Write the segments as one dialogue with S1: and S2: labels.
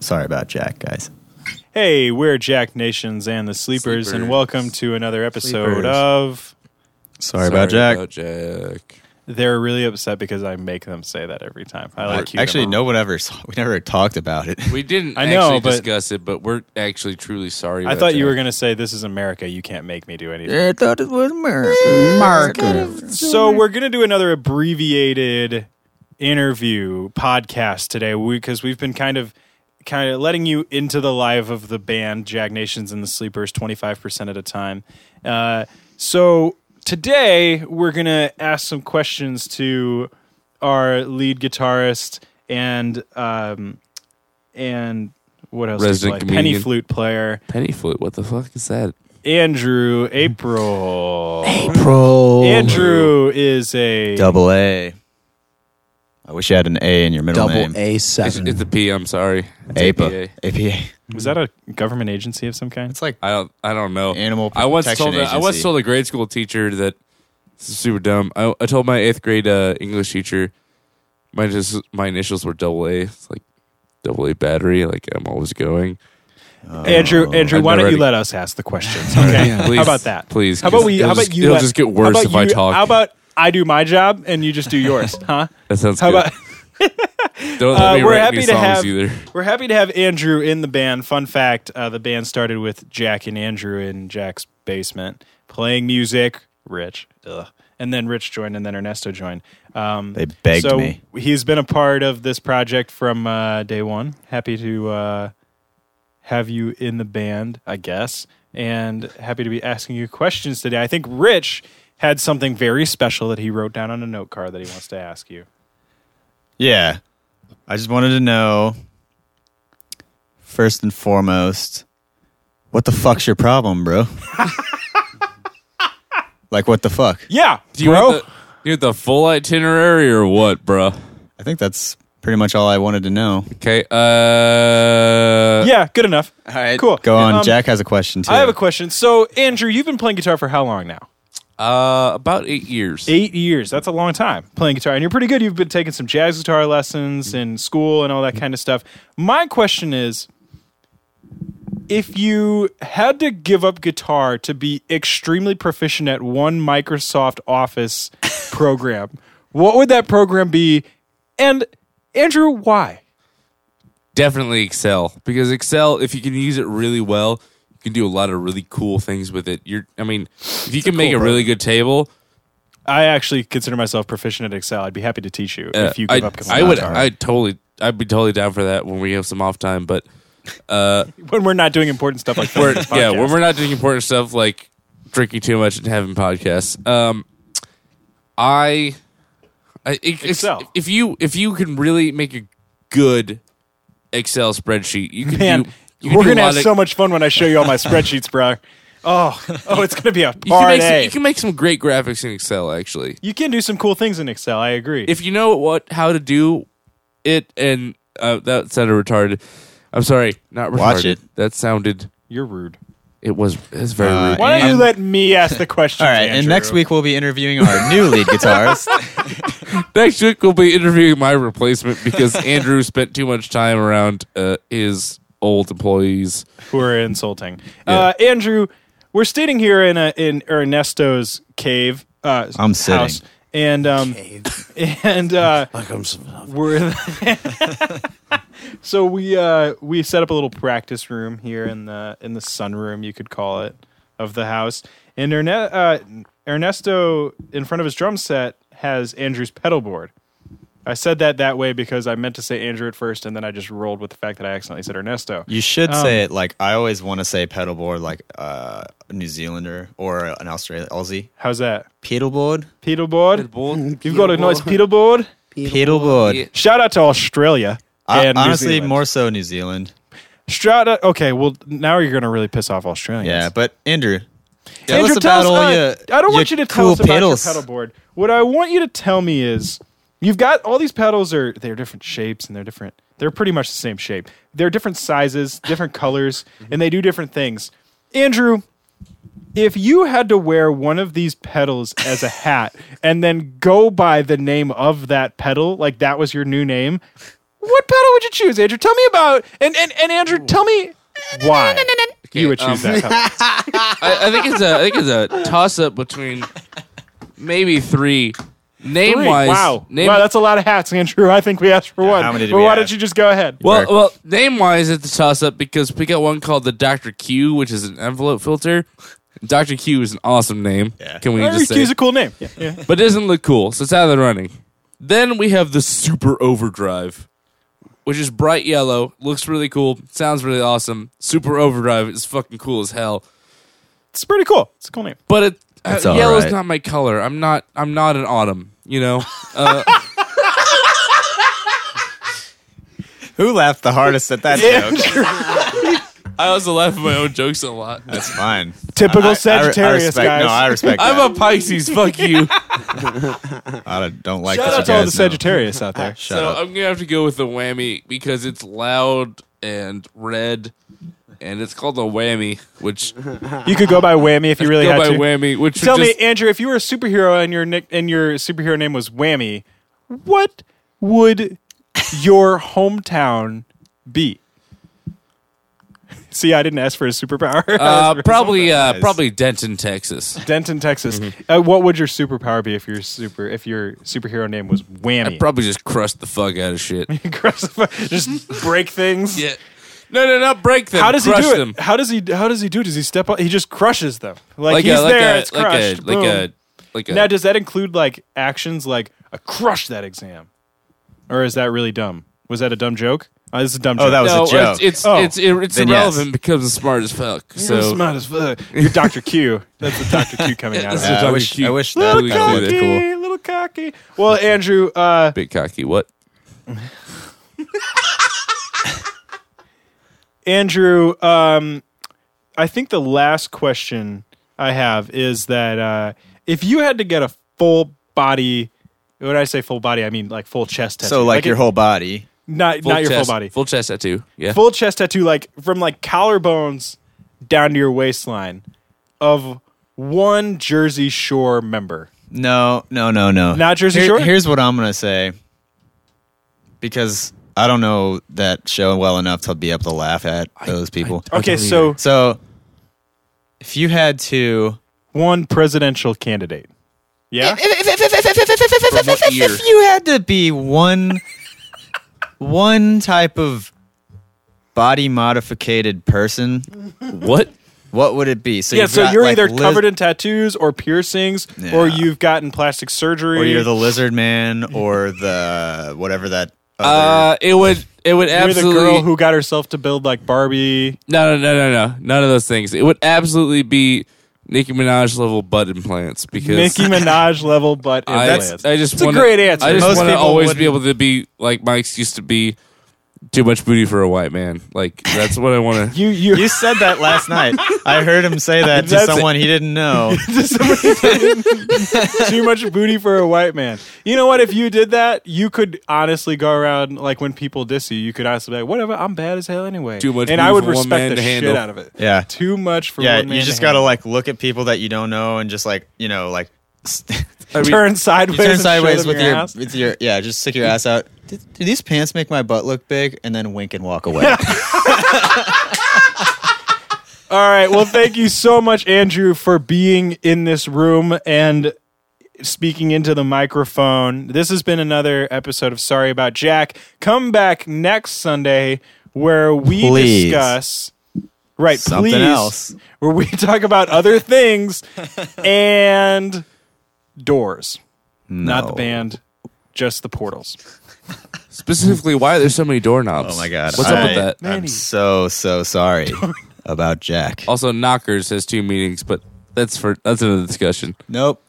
S1: Sorry about Jack, guys.
S2: Hey, we're Jack Nations and the Sleepers, and
S3: Sleepers.
S2: welcome to another episode
S1: Sleepers.
S2: of.
S1: Sorry, about Jack.
S3: About Jack.
S2: They're really upset because I make them say that every time. I like you.
S1: actually, no one ever saw, we never talked about it.
S3: We didn't
S2: I know,
S3: actually
S2: but-
S3: discuss it, but we're actually truly sorry.
S2: I
S3: about
S2: thought you
S3: Jack.
S2: were going to say, This is America. You can't make me do anything.
S1: I thought it was America.
S2: So we're gonna do another abbreviated interview podcast today because we, have been kind of kind of letting you into the life of the band Jag Nations and the Sleepers twenty five percent at a time. Uh, so today we're gonna ask some questions to our lead guitarist and um, and what else? do you
S3: Resident
S2: play? penny
S3: comedian.
S2: flute player
S3: penny flute. What the fuck is that?
S2: Andrew April.
S1: April.
S2: Andrew is a
S1: Double A. I wish you had an A in your middle
S4: Double
S1: name.
S4: A
S3: It's,
S4: seven.
S3: it's the P. I'm sorry. It's
S1: APA.
S3: APA.
S1: APA.
S2: Was that a government agency of some kind?
S1: It's like
S3: I don't. I don't know.
S1: Animal
S3: I once
S1: Protection
S3: told. A, I once
S1: Agency.
S3: told a grade school teacher that this is super dumb. I, I told my eighth grade uh, English teacher my just my initials were double A. It's like double A battery. Like I'm always going.
S2: Andrew, Andrew,
S3: Oh, I've
S2: why don't
S3: never
S2: you
S3: had-
S2: let us ask the questions? Okay,
S3: Please,
S2: how about that?
S3: Please.
S2: How about
S3: 'cause
S2: we?
S3: it'll
S2: How
S3: just-
S2: about you?
S3: It'll
S2: let-
S3: just get
S2: how
S3: worse
S2: about
S3: if I
S2: you-
S3: talk.
S2: How about I do my job and you just do yours? Huh?
S3: that sounds
S2: How
S3: good.
S2: about
S3: don't let
S2: Uh,
S3: me
S2: we're
S3: write
S2: happy
S3: any
S2: to
S3: songs
S2: have-
S3: either.
S2: we're happy to have Andrew in the band. Fun fact: uh, the band started with Jack and Andrew in Jack's basement playing music. Rich, Ugh. and then Rich joined, and then Ernesto joined. Um,
S1: They begged
S2: so
S1: me.
S2: He's been a part of this project from uh, day one. Happy to uh, have you in the band, I guess, and happy to be asking you questions today. I think Rich had something very special that he wrote down on a note card that he wants to ask you.
S1: Yeah. I just wanted to know first and foremost, what the fuck's your problem, bro? like what the fuck?
S2: Yeah,
S3: Do you
S2: bro.
S3: want the, you want the full itinerary or what, bruh?
S1: I think that's pretty much all I wanted to know.
S3: Okay. Uh,
S2: yeah, good enough. All
S1: right.
S2: cool.
S1: Go on.
S2: Um,
S1: Jack has a question too.
S2: I have a question. So, Andrew, you've been playing guitar for how long now?
S3: Uh, about eight years.
S2: Eight years. That's a long time playing guitar, and you're pretty good. You've been taking some jazz guitar lessons in school and all that kind of stuff. My question is if you had to give up guitar to be extremely proficient at one Microsoft Office program, what would that program be? And, Andrew, why?
S3: Definitely Excel because Excel, if you can use it really well, you can do a lot of really cool things with it. You're, I mean, if you can make a really good table,
S2: I actually consider myself proficient at Excel. I'd be happy to teach you
S3: uh,
S2: if you
S3: I,
S2: give up guitar.
S3: I would, I totally, I'd be totally down for that when we have some off time. But
S2: when we're not doing important stuff like
S3: we're,
S2: that.
S3: yeah, when we're not doing important stuff like drinking too much and having podcasts, um, I, I it- it's-
S2: Excel.
S3: If you if you can really make a good Excel spreadsheet, you can
S2: man,
S3: do. You can
S2: we're
S3: do a
S2: gonna
S3: lot
S2: have
S3: of-
S2: so much fun when I show you all my spreadsheets, bro. Oh, oh, it's gonna be a
S3: You can,
S2: party.
S3: make some, you can make some great graphics in Excel, actually.
S2: do some cool things in Excel. I agree.
S3: If you know what how to do it, and uh, that sounded retarded. I'm sorry, not retarded.
S1: Watch it.
S3: That sounded.
S2: You're rude.
S3: It was. It's very
S1: Uh,
S3: rude.
S2: Why don't you
S1: And-
S2: let me ask the question?
S1: all right, and next week we'll be interviewing our new lead guitarist.
S3: Next week we'll be interviewing my replacement because Andrew spent too much time around uh, his old employees.
S2: who are insulting, uh, Andrew. We're sitting here in a in Ernesto's cave. Uh,
S1: I'm sitting.
S2: house, and um, and uh,
S4: Like I'm s-
S2: we're so we uh we set up a little practice room here in the in the sunroom you could call it of the house and Erne- uh, ernesto in front of his drum set has andrew's pedal board i said that that way because i meant to say andrew at first and then i just rolled with the fact that i accidentally said ernesto
S1: You should
S2: Um,
S1: say it like I always want to say pedalboard, like uh, a New Zealander or an Australian Aussie.
S2: how's that
S1: Pedalboard,
S2: pedal board
S3: Board.
S2: you've got a nice pedal board
S1: pedalboard.
S3: Yeah.
S2: shout out to australia
S1: I,
S2: and New
S1: honestly,
S2: Zealand.
S1: more so New Zealand.
S2: shout out okay well now you're gonna really piss off australians
S1: Yeah, but Andrew, tell
S2: Andrew,
S1: us about
S2: tell us,
S1: all
S2: uh,
S1: your.
S2: I don't
S1: your
S2: want you to tell
S1: cool
S2: us about
S1: pedals.
S2: your pedal board. What I want you to tell me is, you've got all these pedals are they're different shapes and they're different. They're pretty much the same shape. They're different sizes, different colors, and they do different things. Andrew, if you had to wear one of these pedals as a hat and then go by the name of that pedal, like that was your new name, What pedal would you choose, Andrew? Tell me about and and, and Andrew, tell me why you would choose
S3: um,
S2: that. pedal.
S3: I, I think it's a I think it's a toss up between maybe three. Name
S2: Three.
S3: wise,
S2: wow,
S3: Name,
S2: wow, that's a lot of hats, Andrew. I think we asked for one.
S1: how many did
S2: but
S1: we
S2: why
S1: ask?
S2: don't you just go ahead?
S3: well,
S1: Correct.
S3: well, name wise, it's a toss up because we got one called the Doctor Q, which is an envelope filter. Doctor Q is an awesome name.
S1: Yeah.
S3: Can we
S2: Or
S3: just say?
S2: Q's a cool name. Yeah, yeah.
S3: but it doesn't look cool, so it's out of the running. Then we have the Super Overdrive, which is bright yellow, looks really cool, sounds really awesome. Super Overdrive is fucking cool as hell,
S2: It's pretty cool. It's a cool name.
S3: but it uh,
S1: That's all
S3: yellow's
S1: right.
S3: not my color. I'm not. I'm not an autumn. You know.
S1: Who laughed the hardest at that joke?
S3: I also laugh at my own jokes a lot.
S1: That's fine.
S2: Typical
S1: I- I- I
S2: Sagittarius,
S1: respect-
S2: guys.
S1: No, I respect. i
S3: I'm a Pisces. Fuck you.
S1: I don't like that. you
S2: Shout out to all the
S1: guys know.
S2: Sagittarius out there.
S1: Shut
S3: so
S1: up.
S3: I'm gonna have to go with the whammy because it's loud and red, and it's called the whammy, which
S2: You could go by Whammy if you really
S3: go
S2: had
S3: by
S2: to.
S3: whammy. Which
S2: Tell
S3: would
S2: me,
S3: just,
S2: Andrew, if you were a superhero and your nick and your superhero name was Whammy, what would your hometown be? See, I didn't ask for a superpower. I asked for
S3: Uh, probably, uh,
S1: Nice.
S3: probably Denton, Texas.
S2: Denton, Texas.
S3: Mm-hmm.
S2: Uh, what would your superpower be if your super if your superhero name was Whammy?
S3: Probably just crushed the fuck out of shit.
S2: Just break things.
S3: yeah. No, no, not break them.
S2: How does he
S3: crush
S2: do it?
S3: them.
S2: How does he how does he do? it? Does he step on? He just crushes them. Like,
S3: Like
S2: he's
S3: a, like
S2: there.
S3: a,
S2: it's
S3: like
S2: crushed.
S3: a, like
S2: boom.
S3: a, like a.
S2: Now, does that include like actions like I crushed that exam, or is that really dumb? Was that a dumb joke? Oh, this is a dumb
S1: Oh,
S2: joke.
S1: that was a
S3: no,
S1: joke.
S3: it's it's
S2: Oh.
S3: it's, it's
S1: Then yes.
S3: irrelevant because I'm smart as fuck.
S2: You're
S3: So
S2: smart as fuck. You're Doctor Q. That's the Doctor Q coming out. of
S3: That's
S2: that.
S3: a
S1: Yeah, I
S3: Dr.
S1: wish.
S3: Q.
S1: I wish that
S2: Little
S1: would have
S2: cocky,
S1: looked cool.
S2: little cocky. Well, Andrew, uh,
S3: bit cocky. What?
S2: Andrew, um, I think the last question I have is that uh, if you had to get a full body, when I say full body, I mean like full chest tattoo.
S1: So like, your
S2: it-
S1: whole body.
S2: not
S3: Full
S2: not your
S3: chest-
S2: full body,
S3: Full chest tattoo. Yeah.
S2: full chest tattoo, like from like collarbones down to your waistline of one Jersey Shore member.
S1: No, no, no, no.
S2: Not Jersey
S1: Here-
S2: Shore?
S1: Here's what I'm gonna say, because I don't know that show well enough to be able to laugh at those people.
S2: Okay,
S3: don't
S2: so
S1: so, if you had to,
S2: one presidential candidate. Yeah,
S3: From what year?
S1: if you had to be one, one type of body modificated person,
S3: What?
S1: what would it be? So
S2: yeah.
S1: you've
S2: So
S1: got,
S2: you're
S1: like,
S2: either
S1: liz-
S2: covered in tattoos or piercings, or
S1: Yeah.
S2: you've gotten plastic surgery.
S1: or you're the lizard man, or the whatever that. Other,
S3: Uh, it would. It would
S2: You're the
S3: absolutely.
S2: girl who got herself to build like Barbie.
S3: no, no, no, no, no. None of those things. It would absolutely be Nicki Minaj level butt implants because
S2: Nicki Minaj level butt
S3: I,
S2: implants.
S3: I just
S2: It's a
S3: wanna,
S2: great answer.
S3: I just
S1: Most
S3: want to
S1: people
S3: always
S1: wouldn't.
S3: be able to be like my excuse to be too much booty for a white man. Like that's what I want to.
S2: you you.
S1: you said that last night. I heard him say that to
S2: That's-
S1: someone he didn't know.
S2: too much booty for a white man. You know what? If you did that, you could honestly go around like when people diss you, you could honestly be like, "Whatever, I'm bad as hell anyway."
S3: Too much
S2: and
S3: booty
S2: I would
S3: for one
S2: respect
S3: man
S2: the
S3: to
S2: shit
S3: handle.
S2: out of it.
S1: Yeah.
S2: too much for
S1: Yeah,
S2: one man.
S1: you just gotta like look at people that you don't know and just like you know like s-
S3: I mean,
S2: turn sideways.
S1: you turn
S2: and show
S1: sideways
S2: them
S1: with your
S2: ass.
S1: with your yeah, just stick your ass out. Do, do these pants make my butt look big? And then wink and walk away.
S2: All right. Well, thank you so much, Andrew, for being in this room and speaking into the microphone. This has been another episode of Sorry About Jack. Come back next Sunday where we
S1: Please.
S2: discuss right
S1: Something
S2: please,
S1: else.
S2: where we talk about other things and doors, not the
S1: No.
S2: band, just the portals.
S3: specifically why there's so many doorknobs.
S1: Oh my god,
S3: What's
S1: I,
S3: up with that?
S1: I'm so so sorry about Jack.
S3: Also, knockers has two meanings, but that's for that's another discussion.
S1: Nope.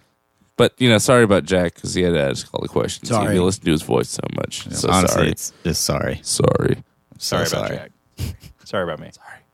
S3: But you know, sorry about Jack because he had to ask all the questions.
S1: Sorry.
S3: He listened to his voice so much. so
S1: Honestly,
S3: sorry.
S1: it's just sorry.
S3: Sorry.
S2: Sorry
S1: So
S2: about
S1: sorry.
S2: Jack. Sorry about me.
S3: Sorry.